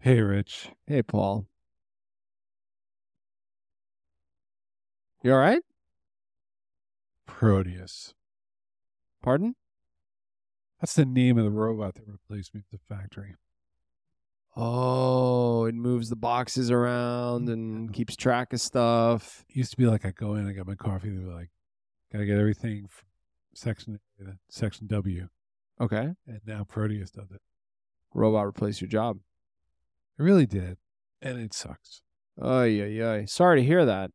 Hey, Rich. Hey, Paul. You all right? Proteus. Pardon? That's the name of the robot that replaced me at the factory. Oh, it moves the boxes around and keeps track of stuff. It used to be like I go in, I got my coffee, they'd be like, gotta get everything from section A to section W. Okay. And now Proteus does it. Robot replace your job. It really did. And it sucks. Oh, yeah, yeah. Sorry to hear that.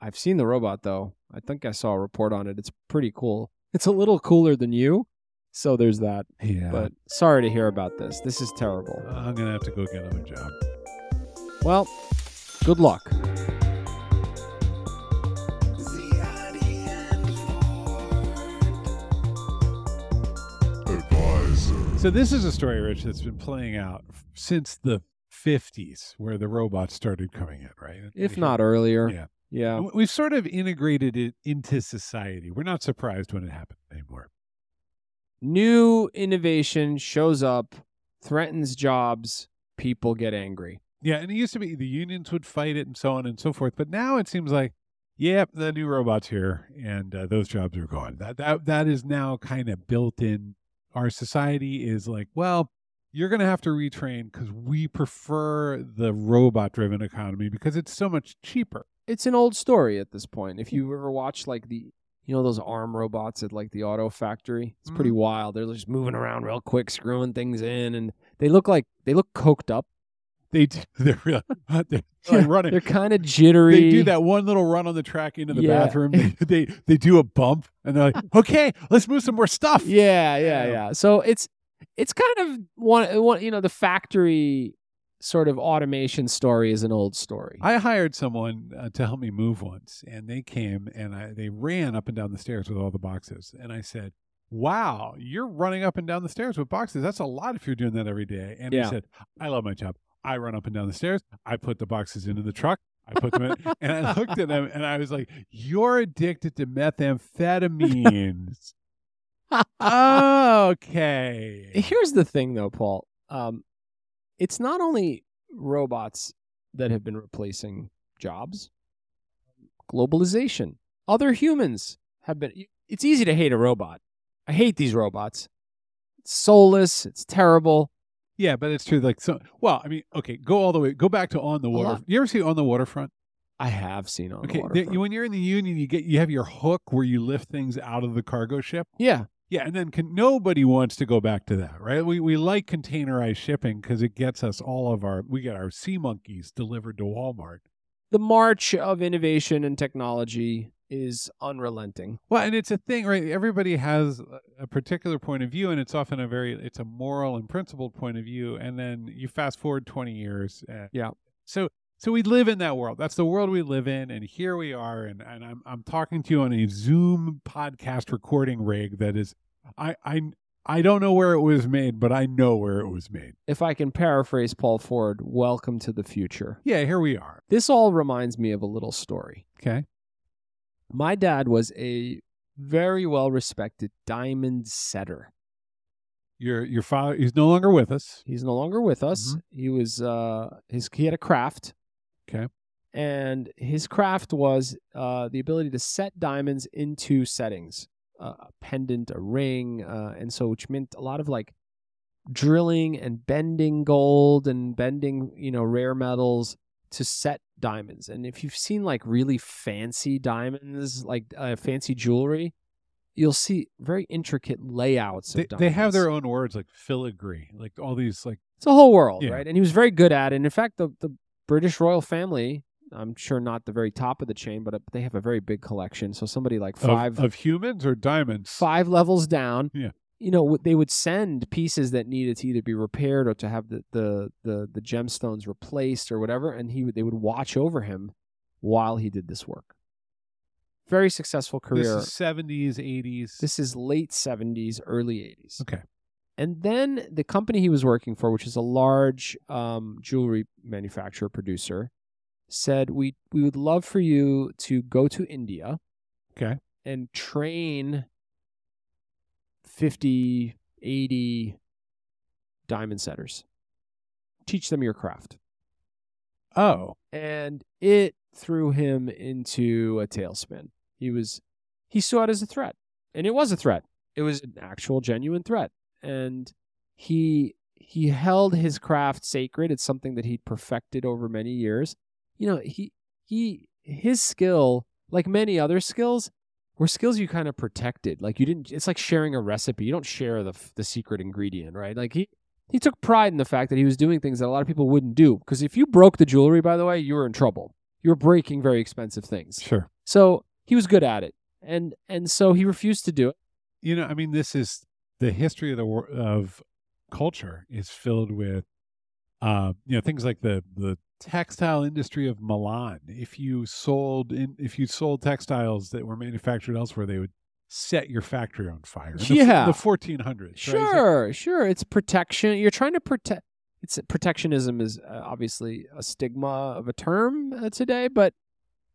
I've seen the robot, though. I think I saw a report on it. It's pretty cool. It's a little cooler than you. So there's that. Yeah. But sorry to hear about this. This is terrible. I'm gonna have to go get another job. Well, good luck. So this is a story, Rich, that's been playing out f- since the 50s, where the robots started coming in, right? If We- not earlier. Yeah. Yeah. And We've sort of integrated it into society. We're not surprised when it happens anymore. new innovation shows up, threatens jobs, people get angry. Yeah, and it used to be the unions would fight it and so on and so forth, but now it seems like, yep, the new robots here, and uh, those jobs are gone. That that that is now kind of built in. Our society is like, well, you're going to have to retrain because we prefer the robot-driven economy because it's so much cheaper. It's an old story at this point. If you ever watch like the you know those arm robots at like the auto factory, it's Mm-hmm. pretty wild. They're just moving around real quick, screwing things in, and they look like they look coked up. They do, they're really they're Yeah, like running. They're kind of jittery. They do that one little run on the track into the Yeah. bathroom. They, they they do a bump and they're like, okay, let's move some more stuff. Yeah, yeah, Yeah. yeah. So it's it's kind of one, one you know the factory sort of automation story is an old story. I hired someone uh, to help me move once, and they came and I, they ran up and down the stairs with all the boxes. And I said, "Wow, you're running up and down the stairs with boxes. That's a lot if you're doing that every day." And Yeah. he said, "I love my job. I run up and down the stairs. I put the boxes into the truck." I put them in, and I looked at him, and I was like, "You're addicted to methamphetamines." okay. Here's the thing, though, Paul. Um, it's not only robots that have been replacing jobs. Globalization. Other humans have been. It's easy to hate a robot. I hate these robots. It's soulless. It's terrible. Yeah, but it's true. Like, so, well, I mean, okay, go all the way. Go back to on the water. lot. You ever see on the waterfront? I have seen on Okay, the there- waterfront. when you're in the union, you get you have your hook where you lift things out of the cargo ship. yeah, Yeah, and then can, nobody wants to go back to that, right? We we like containerized shipping because it gets us all of our we get our sea monkeys delivered to Walmart. the march of innovation and technology is unrelenting. Well, and it's a thing, right? Everybody has a particular point of view, and it's often a very it's a moral and principled point of view. And then you fast forward twenty years, and Yeah. So so we live in that world. That's the world we live in, and here we are. And and I'm I'm talking to you on a Zoom podcast recording rig that is, I I I don't know where it was made, but I know where it was made. If I can paraphrase Paul Ford, welcome to the future. Yeah, here we are. This all reminds me of a little story. Okay. My dad was a very well respected diamond setter. Your your father he's no longer with us. He's no longer with us. He was uh his he had a craft. Mm-hmm. Okay. And his craft was uh the ability to set diamonds into settings. Uh, a pendant, a ring, uh, and so which meant a lot of like drilling and bending gold and bending, you know, rare metals to set diamonds. And if you've seen like really fancy diamonds, like uh, fancy jewelry, you'll see very intricate layouts They, of diamonds. they have their own words like filigree, like all these like It's a whole world, Yeah. right? And he was very good at it. And in fact, the, the British royal family, I'm sure not the very top of the chain, but uh, they have a very big collection. So somebody like of- five of, humans or diamonds. five levels down. Yeah. You know, w- they would send pieces that needed to either be repaired or to have the the the, the gemstones replaced or whatever, and he would, they would watch over him while he did this work. Very successful career. This is seventies, eighties. This is late 70s, early 80s. Okay. And then the company he was working for, which is a large um, jewelry manufacturer producer, said, "We we would love for you to go to India, Okay. and train 50, 80 diamond setters." teach them your craft. Oh, And it threw him into a tailspin. He was, he saw it as a threat. And it was a threat. It was an actual, genuine threat. And he, he held his craft sacred. It's something that he'd perfected over many years. You know, he, he, his skill, like many other skills, were skills you kind of protected. Like you didn't. It's like sharing a recipe. You don't share the f- the secret ingredient, right? Like he he took pride in the fact that he was doing things that a lot of people wouldn't do. Because if you broke the jewelry, by the way, you were in trouble. You were breaking very expensive things. sure. So he was good at it, and and so he refused to do it. You know, I mean, this is the history of the wor- of culture is filled with, uh, you know, things like the the textile industry of Milan. If you sold in, if you sold textiles that were manufactured elsewhere, they would set your factory on fire. in the, Yeah. the 1400s. right? So- Sure, sure. It's protection. You're trying to protect. It's protectionism is uh, obviously a stigma of a term uh, today, but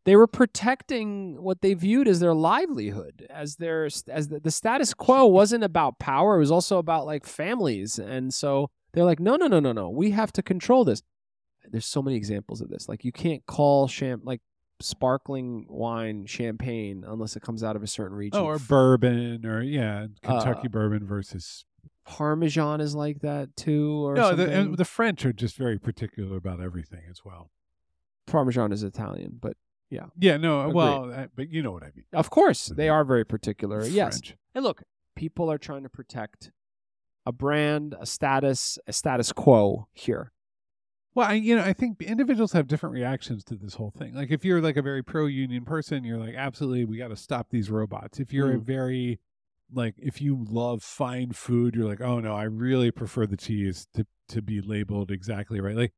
they were protecting what they viewed as their livelihood, as their as the, the status quo wasn't about power. It was also about like families, and so they're like, no, no, no, no, no. We have to control this. There's so many examples of this. Like you can't call champ like sparkling wine champagne unless it comes out of a certain region. Oh, or bourbon, or yeah, Uh, Kentucky bourbon versus Parmesan is like that too, or no. The, something. and the French are just very particular about everything as well. Parmesan is Italian, but Yeah, no, Agreed. well, I, but you know what I mean. of course they are very particular. Yes, Mm-hmm. French. and look, people are trying to protect a brand, a status, a status quo here. Well, I, you know, I think individuals have different reactions to this whole thing. Like, if you're like a very pro-union person, you're like, absolutely, we got to stop these robots. If you're a Mm. very like, if you love fine food, you're like, oh no, I really prefer the cheese to to be labeled exactly right. Like,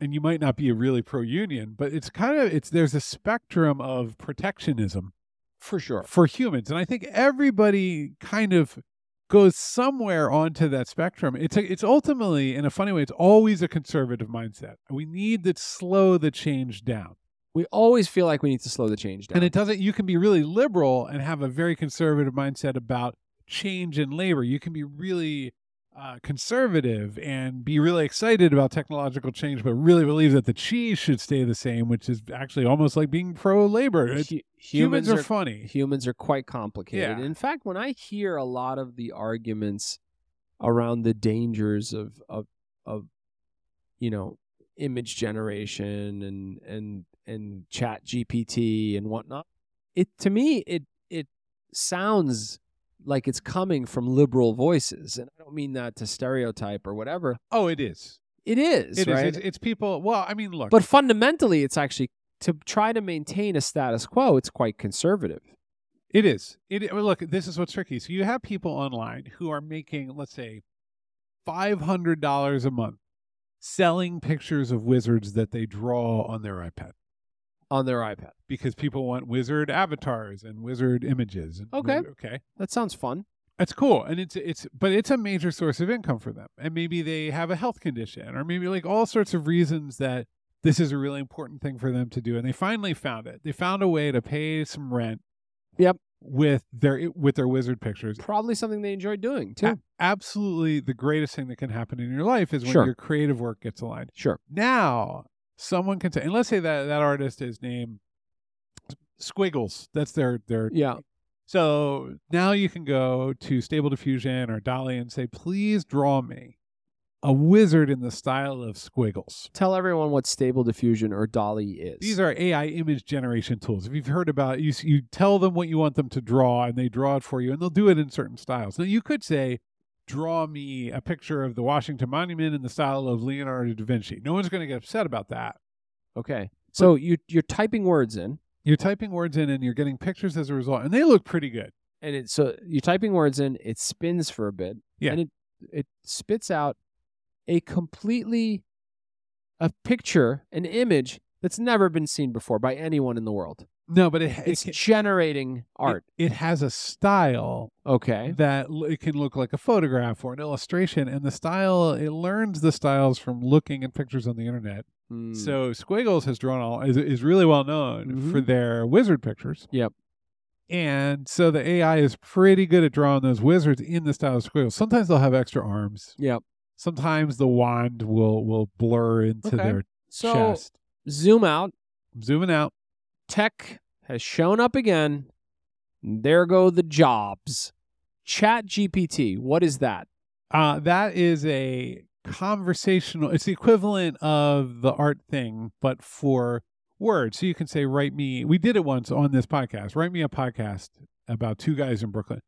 and you might not be a really pro-union, but it's kind of it's there's a spectrum of protectionism For sure. for humans and i think everybody kind of goes somewhere onto that spectrum it's a, it's ultimately in a funny way it's always a conservative mindset we need to slow the change down We always feel like we need to slow the change down. and it doesn't you can be really liberal and have a very conservative mindset about change in labor you can be really uh, conservative and be really excited about technological change but really believe that the cheese should stay the same which is actually almost like being pro labor Hu- humans, humans, are, are funny humans are quite complicated. Yeah. In fact, when I hear a lot of the arguments around the dangers of of of you know image generation and and and chat GPT and whatnot, it to me it it sounds like it's coming from liberal voices, and I don't mean that to stereotype or whatever. oh it is It is It is. right. It's, it's people. Well, I mean, look. But fundamentally, it's actually to try to maintain a status quo. It's quite conservative. it is. It well, look. This is what's tricky. So you have people online who are making, let's say, five hundred dollars a month selling pictures of wizards that they draw on their iPad On their iPad. because people want wizard avatars and wizard images. and- Okay. Okay. That sounds fun. That's cool, and it's it's but it's a major source of income for them, and maybe they have a health condition, or maybe like all sorts of reasons that this is a really important thing for them to do, and they finally found it. They found a way to pay some rent. Yep. With their with their wizard pictures, Probably something they enjoy doing too. A- absolutely the greatest thing that can happen in your life is when Sure. your creative work gets aligned. Sure. Now, someone can say, and let's say that that artist is named Squiggles. That's their their Yeah. so now you can go to Stable Diffusion or Dolly and say, please draw me a wizard in the style of squiggles. Tell everyone what stable diffusion or Dolly is. These are AI image generation tools. If you've heard about you, you tell them what you want them to draw and they draw it for you and they'll do it in certain styles. Now you could say, draw me a picture of the Washington Monument in the style of Leonardo da Vinci. No one's going to get upset about that. okay. So you you're typing words in, You're typing words in and you're getting pictures as a result, and they look pretty good. and it so you're typing words in. It spins for a bit. Yeah. And it it spits out a completely a picture, an image that's never been seen before by anyone in the world. No, but it, it It's ca- it- generating art. it has a style okay. that l- it can look like a photograph or an illustration and the style it learns the styles from looking at pictures on the internet Hmm. so squiggles has drawn all is, is really well known Mhm. for their wizard pictures Yep. and so the ai is pretty good at drawing those wizards in the style of squiggles sometimes they'll have extra arms Yep. sometimes the wand will will blur into Okay. their So chest. zoom out. I'm zooming out. Tech has shown up again. There go the jobs. Chat GPT. What is that? Uh, that is a conversational. It's the equivalent of the art thing, but for words. So you can say, "Write me." We did it once on this podcast. Write me a podcast about two guys in Brooklyn.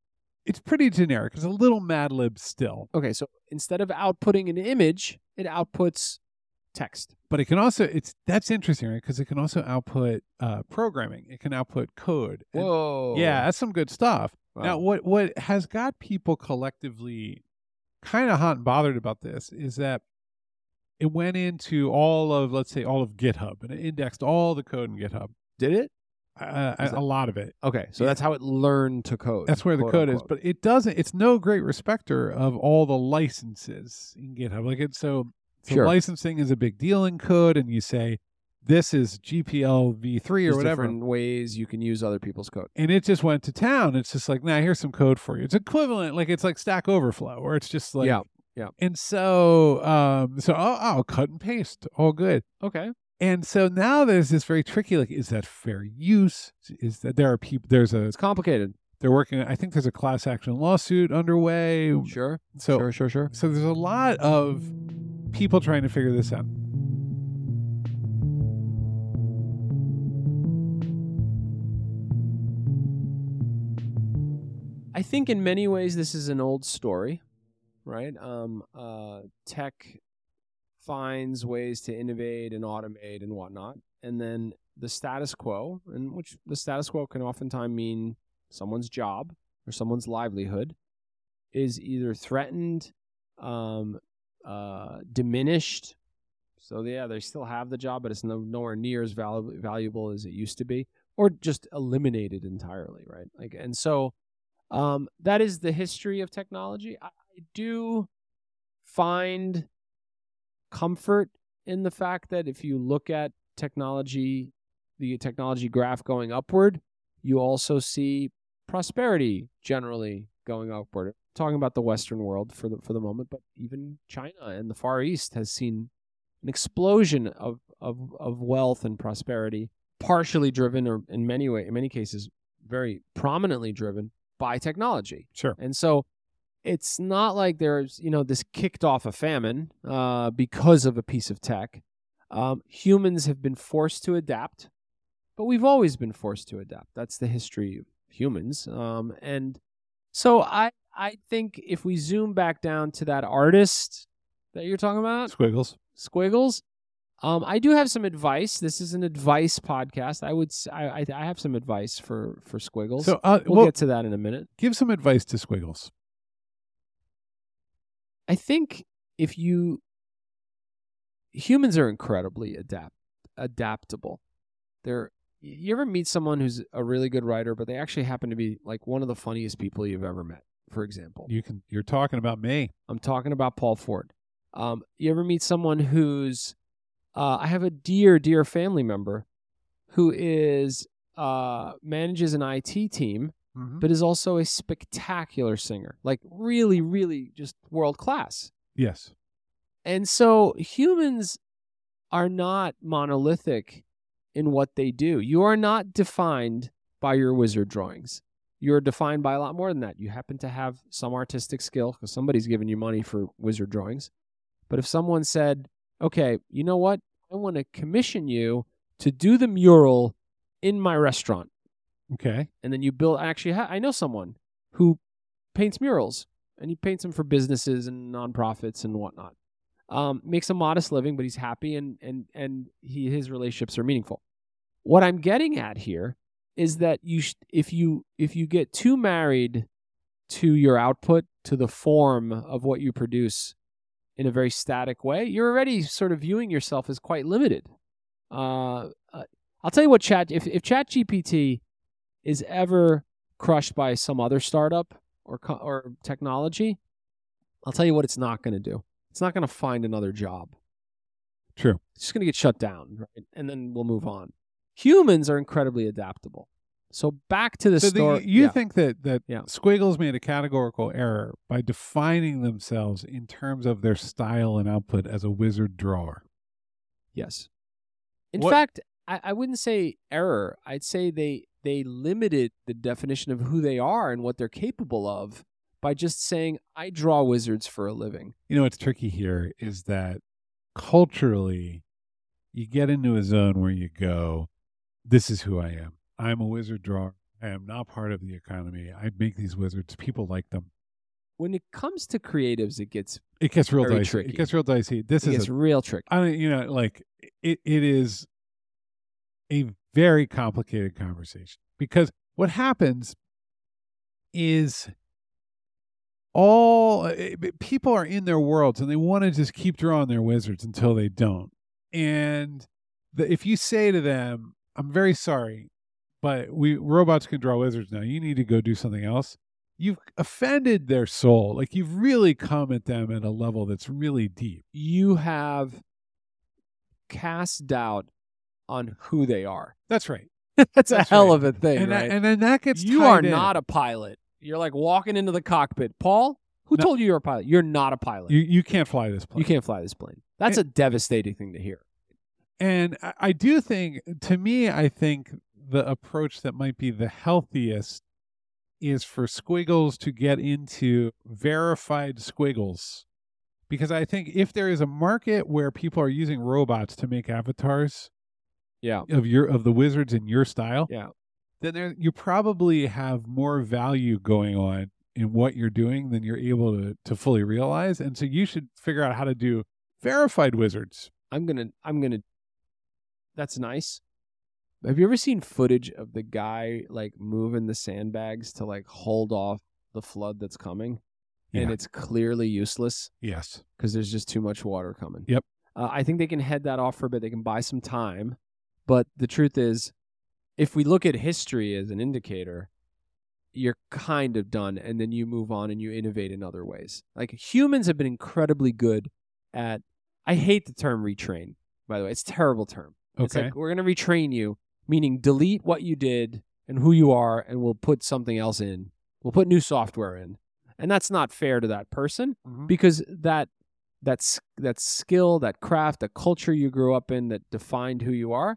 It's pretty generic. It's a little Mad Lib still, Okay, so instead of outputting an image, it outputs text. but it can also. It's that's interesting, right? Because it can also output uh, programming. It can output code. And- Whoa. Yeah, that's some good stuff. Wow. Now, what what has got people collectively kind of hot and bothered about this is that it went into all of, let's say, all of GitHub and it indexed all the code in GitHub, did it? uh, Is a lot of it. Okay, so Yeah. that's how it learned to code. That's where the quote, code is, but unquote. it doesn't. It's no great respecter of all the licenses in GitHub. Like it's so, so Sure. licensing is a big deal in code, and you say this is GPL v3 There's or whatever. different ways you can use other people's code. and it just went to town. It's just like, nah, here's some code for you. It's equivalent, like it's like Stack Overflow, where it's just like, yeah. And so, um, so oh, oh, cut and paste, all good. Okay. And so now there's this very tricky, like, is that fair use? Is that there are people? There's a It's complicated. they're working. I think there's a class action lawsuit underway. Sure. So, sure, sure, sure. so there's a lot of people trying to figure this out. I think in many ways this is an old story, right? Um, uh, tech finds ways to innovate and automate and whatnot, and then the status quo, and which the status quo can oftentimes mean someone's job or someone's livelihood, is either threatened, um, uh, diminished. So yeah, they still have the job, but it's no, nowhere near as valuable valuable as it used to be, or just eliminated entirely, right? Like, and so. Um, that is the history of technology. I, I do find comfort in the fact that if you look at technology, the technology graph going upward, you also see prosperity generally going upward. Talking about the Western world for the for the moment, but even China and the Far East has seen an explosion of of, of wealth and prosperity, partially driven, or in many way, in many cases, very prominently driven by technology. Sure. And so it's not like there's, you know, this kicked off a famine uh, because of a piece of tech. Um, humans have been forced to adapt, but we've always been forced to adapt. That's the history of humans. Um, and so I, I think if we zoom back down to that artist that you're talking about, Squiggles. Squiggles. Um, I do have some advice. This is an advice podcast. I would, s- I, I, I have some advice for for Squiggles. So, uh, we'll well, get to that in a minute. give some advice to Squiggles. I think if you humans are incredibly adapt adaptable. They're you ever meet someone who's a really good writer, but they actually happen to be like one of the funniest people you've ever met. For example, You can. You're talking about me. I'm talking about Paul Ford. Um, you ever meet someone who's uh, I have a dear, dear family member who is uh, manages an IT team Mm-hmm. but is also a spectacular singer, like really, really just world class. Yes. And so humans are not monolithic in what they do. You are not defined by your wizard drawings. You're defined by a lot more than that. You happen to have some artistic skill because somebody's giving you money for wizard drawings. But if someone said, okay, you know what? I want to commission you to do the mural in my restaurant Okay. and then you build. I actually ha- I know someone who paints murals, and he paints them for businesses and nonprofits and whatnot. Um, makes a modest living, but he's happy, and and and he his relationships are meaningful. What I'm getting at here is that you sh- if you if you get too married to your output to the form of what you produce in a very static way, you're already sort of viewing yourself as quite limited. Uh, uh, I'll tell you what, Chat. If if Chat GPT is ever crushed by some other startup or co- or technology, I'll tell you what it's not going to do. It's not going to find another job. True. It's just going to get shut down, right? And then we'll move on. Humans are incredibly adaptable. So back to the so the- story. you yeah. think that that Yeah. Squiggles made a categorical error by defining themselves in terms of their style and output as a wizard drawer. Yes. In What- fact, I, I wouldn't say error. I'd say they they limited the definition of who they are and what they're capable of by just saying I draw wizards for a living. You know what's tricky here is that culturally, you get into a zone where you go, "This is who I am. I'm a wizard drawer. I am not part of the economy. I make these wizards. People like them." When it comes to creatives, it gets It gets real Very dicey. tricky. It gets real dicey. This it is a gets real tricky. I mean, you know, like it, it is a very complicated conversation because what happens is all eh, eh, people are in their worlds and they want to just keep drawing their wizards until they don't. And the, if you say to them, "I'm very sorry, but we robots can draw wizards now. You need to go do something else." You've offended their soul. Like you've really come at them at a level that's really deep. You have cast doubt on who they are. That's right. That's, That's a hell right. of a thing, and, that- right? and then that gets you tied are in. not a pilot. You're like walking into the cockpit. Paul, who No. told you you're a pilot? You're not a pilot. you you can't fly this plane. You can't fly this plane. That's a devastating thing to hear. And I, I do think, to me, I think the approach that might be the healthiest is for squiggles to get into verified squiggles, because I think if there is a market where people are using robots to make avatars, Yeah. of your of the wizards in your style, Yeah. then there, you probably have more value going on in what you're doing than you're able to, to fully realize. And so you should figure out how to do verified wizards. I'm gonna I'm gonna that's nice. Have you ever seen footage of the guy like moving the sandbags to like hold off the flood that's coming? And Yeah. it's clearly useless Yes. because there's just too much water coming. Yep. Uh, I think they can head that off for a bit. They can buy some time. But the truth is, if we look at history as an indicator, you're kind of done. And then you move on and you innovate in other ways. Like humans have been incredibly good at, I hate the term retrain, by the way. It's a terrible term. It's Okay. like, we're going to retrain you, meaning delete what you did and who you are, and we'll put something else in. We'll put new software in. And that's not fair to that person Mhm. because that that s- that skill, that craft, that culture you grew up in that defined who you are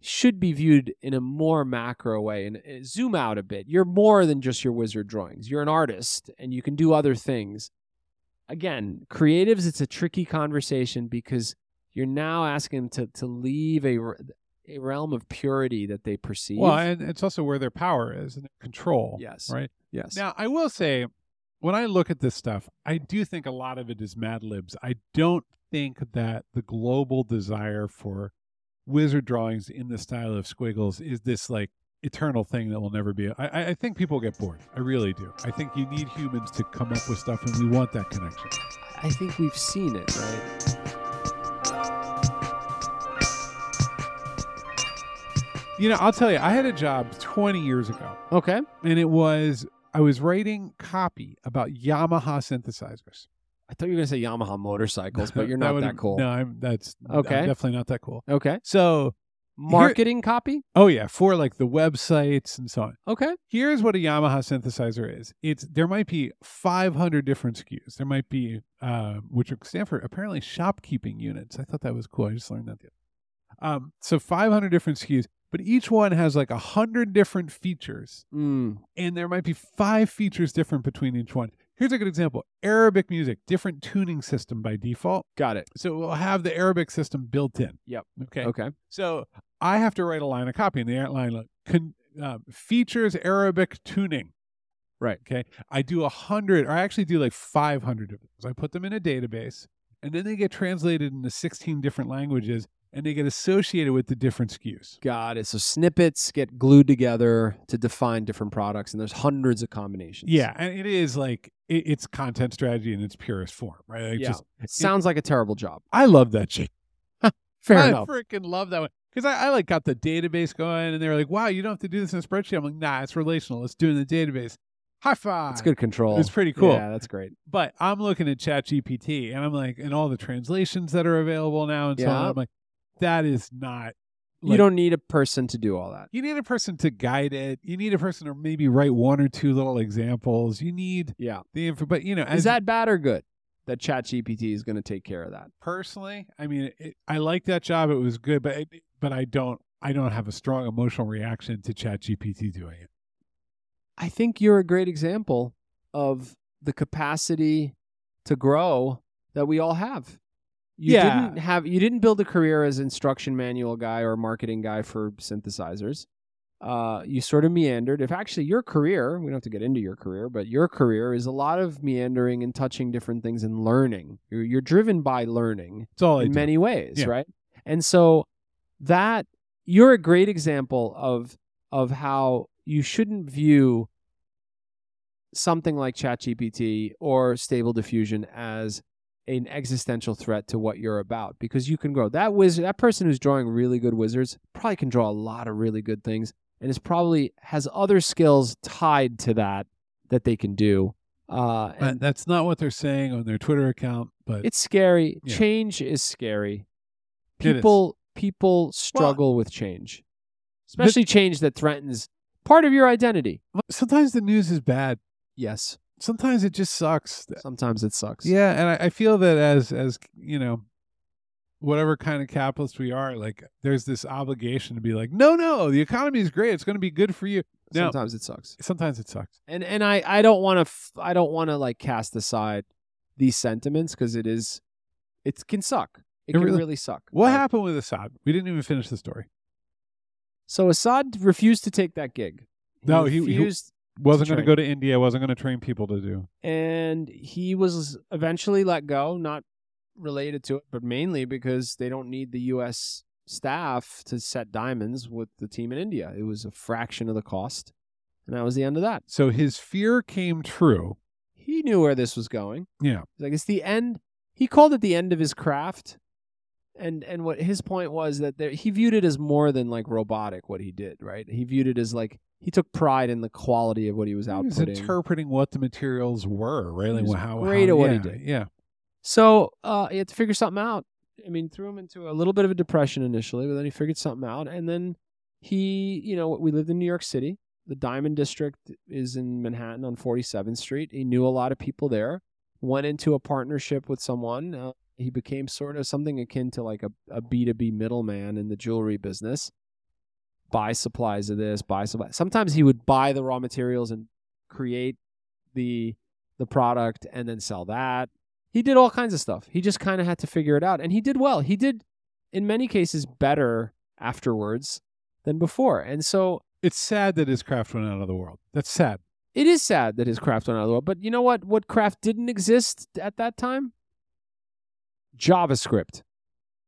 should be viewed in a more macro way and uh, zoom out a bit. You're more than just your wizard drawings. You're an artist and you can do other things. Again, creatives it's a tricky conversation because you're now asking them to to leave a re- a realm of purity that they perceive. Well, and it's also where their power is and their control. yes. Right. Yes. Now, I will say, when I look at this stuff, I do think a lot of it is Mad Libs. I don't think that the global desire for wizard drawings in the style of Squiggles is this like eternal thing that will never be. I- I, I think people get bored. I really do. I think you need humans to come up with stuff, and we want that connection. I think we've seen it, right? You know, I'll tell you, I had a job 20 years ago, Okay. and it was I was writing copy about Yamaha synthesizers. I thought you were going to say Yamaha motorcycles, but you're That not that, would've- cool. No, I'm that's I'm Okay. definitely not that cool. Okay. So, marketing copy. oh yeah, for like the websites and so on. Okay. Here's what a Yamaha synthesizer is. It's there might be 500 different SKUs. There might be uh, which stand for apparently shopkeeping units. I thought that was cool. I just learned that. The other. Um, so 500 different SKUs, but each one has like a hundred different features, Mm. and there might be five features different between each one. Here's a good example: Arabic music, different tuning system by default. Got it. So we'll have the Arabic system built in. Yep. Okay. Okay. So I have to write a line of copy, and the line like, con, um, features Arabic tuning. Right. Okay. I do a hundred, or I actually do like five hundred of those. I put them in a database, and then they get translated into sixteen different languages, and they get associated with the different SKUs. Got it. So snippets get glued together to define different products, and there's hundreds of combinations. Yeah, and it is like it, it's content strategy in its purest form, right? Like Yeah. just- It sounds like a terrible job. I love that shit. Fair I enough. freaking love that one because I, I like got the database going, and they were like, "Wow, you don't have to do this in a spreadsheet." I'm like, "Nah, it's relational. Let's do it in the database." High five. It's good control. It's pretty cool. Yeah, that's great. But I'm looking at ChatGPT, and I'm like, and all the translations that are available now, and so on. Yeah. I'm like, that is not like- you don't need a person to do all that. you need a person to guide it. You need a person to maybe write one or two little examples. You need Yeah. the info, but you know, as Is that bad or good? That ChatGPT is going to take care of that. personally, I mean, it, I like that job. It was good, but it, but I don't I don't have a strong emotional reaction to ChatGPT doing it. I think you're a great example of the capacity to grow that we all have. You Yeah. didn't have you didn't build a career as instruction manual guy or marketing guy for synthesizers. Uh, you sort of meandered. If actually your career, we don't have to get into your career, but your career is a lot of meandering and touching different things and learning. You're, you're driven by learning It's all I in do. many ways, Yeah. right? And so that you're a great example of of how you shouldn't view something like ChatGPT or Stable Diffusion as an existential threat to what you're about because you can grow. That wizard, that person who's drawing really good wizards, probably can draw a lot of really good things, and is probably has other skills tied to that that they can do. Uh, But and that's not what they're saying on their Twitter account. But it's scary. Yeah. Change is scary. It is. People people struggle with change, especially change that threatens part of your identity. sometimes the news is bad. Yes, Sometimes it just sucks. sometimes it sucks. Yeah, and I, I feel that as as you know, whatever kind of capitalist we are, like there's this obligation to be like, no, no, the economy is great. It's going to be good for you. No. sometimes it sucks. Sometimes it sucks. And and I I don't want to f- I don't want to like cast aside these sentiments because it is it can suck. It, It can really- really, suck. What right? happened with Assad? We didn't even finish the story. So Assad refused to take that gig. No, he- he- refused. Wasn't going to train. go to India. Wasn't going to train people to do. and he was eventually let go, not related to it, but mainly because they don't need the U.S. staff to set diamonds with the team in India. It was a fraction of the cost, and that was the end of that. So his fear came true. He knew where this was going. Yeah. He's like it's the end. He called it the end of his craft, and and what his point was that there, he viewed it as more than like robotic what he did. Right? He viewed it as like he took pride in the quality of what he was He outputting. was interpreting what the materials were, really. He was how, great how- at what yeah, he did. Yeah. So uh, he had to figure something out. I mean, threw him into a little bit of a depression initially, but then he figured something out. And then he, you know, we lived in New York City. The Diamond District is in Manhattan on 47th Street. He knew a lot of people there. Went into a partnership with someone. Uh, he became sort of something akin to like a, a B2B middleman in the jewelry business. Buy supplies of this, buy supplies. Sometimes he would buy the raw materials and create the the product and then sell that he did all kinds of stuff. He just kind of had to figure it out, and he did well. He did, in many cases, better afterwards than before. And so It's sad that his craft went out of the world. That's sad. it is sad that his craft went out of the world. But you know what? What craft didn't exist at that time? JavaScript.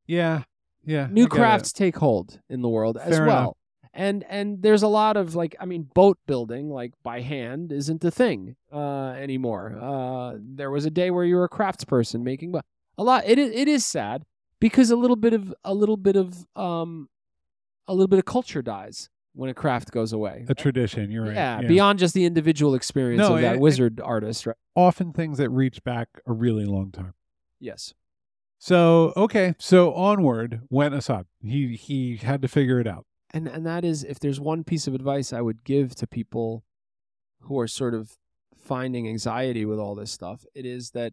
Yeah. Yeah. I New get it. crafts take hold in the world as Fair well. enough. And and there's a lot of like I mean boat building like by hand isn't a thing uh, anymore. Uh, there was a day where you were a craftsperson making but a lot. It is it is sad because a little bit of a little bit of um a little bit of culture dies when a craft goes away. A tradition. You're right. Yeah, beyond just the individual experience No, of that it- it- wizard artist, right? Often things that reach back a really long time. Yes. So okay, so onward went Assad. He he had to figure it out. and and that is if there's one piece of advice I would give to people who are sort of finding anxiety with all this stuff, it is that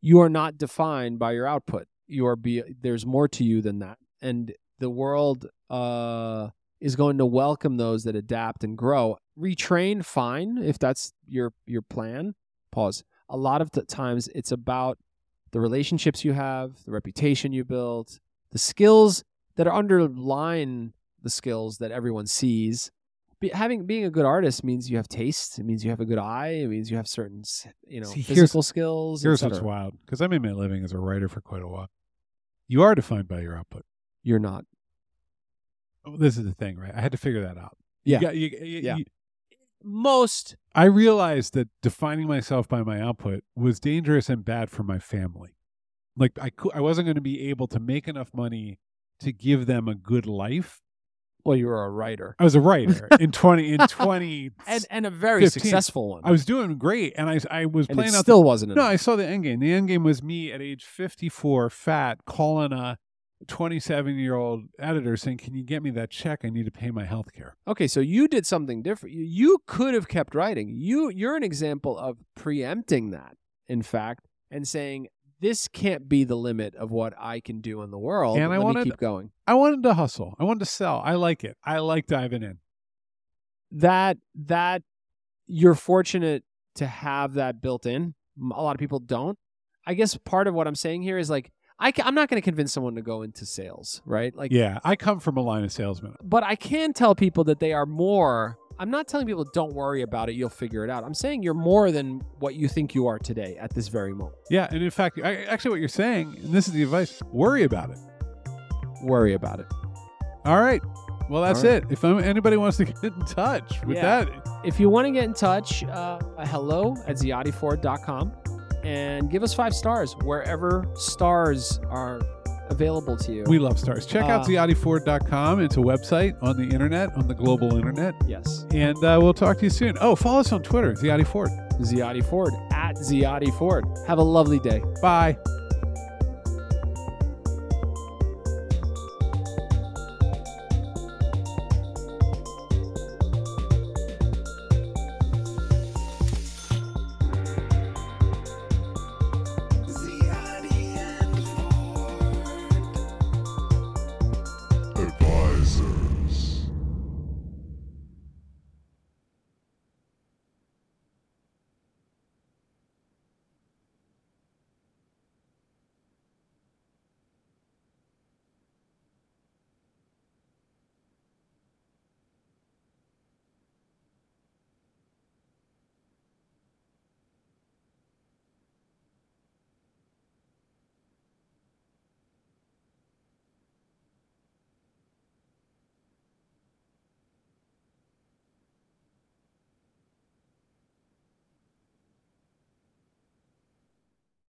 you are not defined by your output. You are be there's more to you than that, and the world uh, is going to welcome those that adapt and grow. Retrain, fine, if that's your your plan. Pause. A lot of the times, it's about the relationships you have, the reputation you built, the skills that are underlying the skills that everyone sees. Be, having being a good artist means you have taste. It means you have a good eye. It means you have certain, s- you know, See, here's- physical skills. Here's what's etc. wild, because I made my living as a writer for quite a while. You are defined by your output. You're not. Oh, This is the thing, right? I had to figure that out. You Yeah. got- you- you- Yeah. you- Most I realized that defining myself by my output was dangerous and bad for my family. Like I cou- I wasn't going to be able to make enough money to give them a good life. well, you're a writer I was a writer in twenty in twenty. and and a very 15. successful one. I was doing great, and I I was and it playing out the still wasn't No, enough. I saw the end game. The end game was me at age 54, fat, calling a 27 year old editor saying, Can you get me that check? I need to pay my health care. Okay, so you did something different. You- You could have kept writing. You you're an example of preempting that, in fact, and saying this can't be the limit of what I can do in the world. And I Let me wanted- keep going. I wanted to hustle. I wanted to sell. I like it. I like diving in. That that you're fortunate to have that built in. M- A lot of people don't. I guess part of what I'm saying here is like I ca- I'm not going to convince someone to go into sales, right? Like yeah, I come from a line of salesmen. but I can tell people that they are more. I'm not telling people don't worry about it, you'll figure it out. I'm saying you're more than what you think you are today at this very moment. Yeah, and in fact, I, actually, what you're saying, and this is the advice: worry about it. Worry about it. All right. Well, that's All right. it. If I'm, anybody wants to get in touch with Yeah. that, If you want to get in touch, uh, hello at ziadiford.com and give us five stars wherever stars are available to you. we love stars. Check out Uh, ziadiford.com. It's a website on the internet, on the global internet. yes, And uh, we'll talk to you soon. Oh, follow us on Twitter, Ziadi Ford. Ziadi Ford at Ziadi Ford. Have a lovely day. Bye.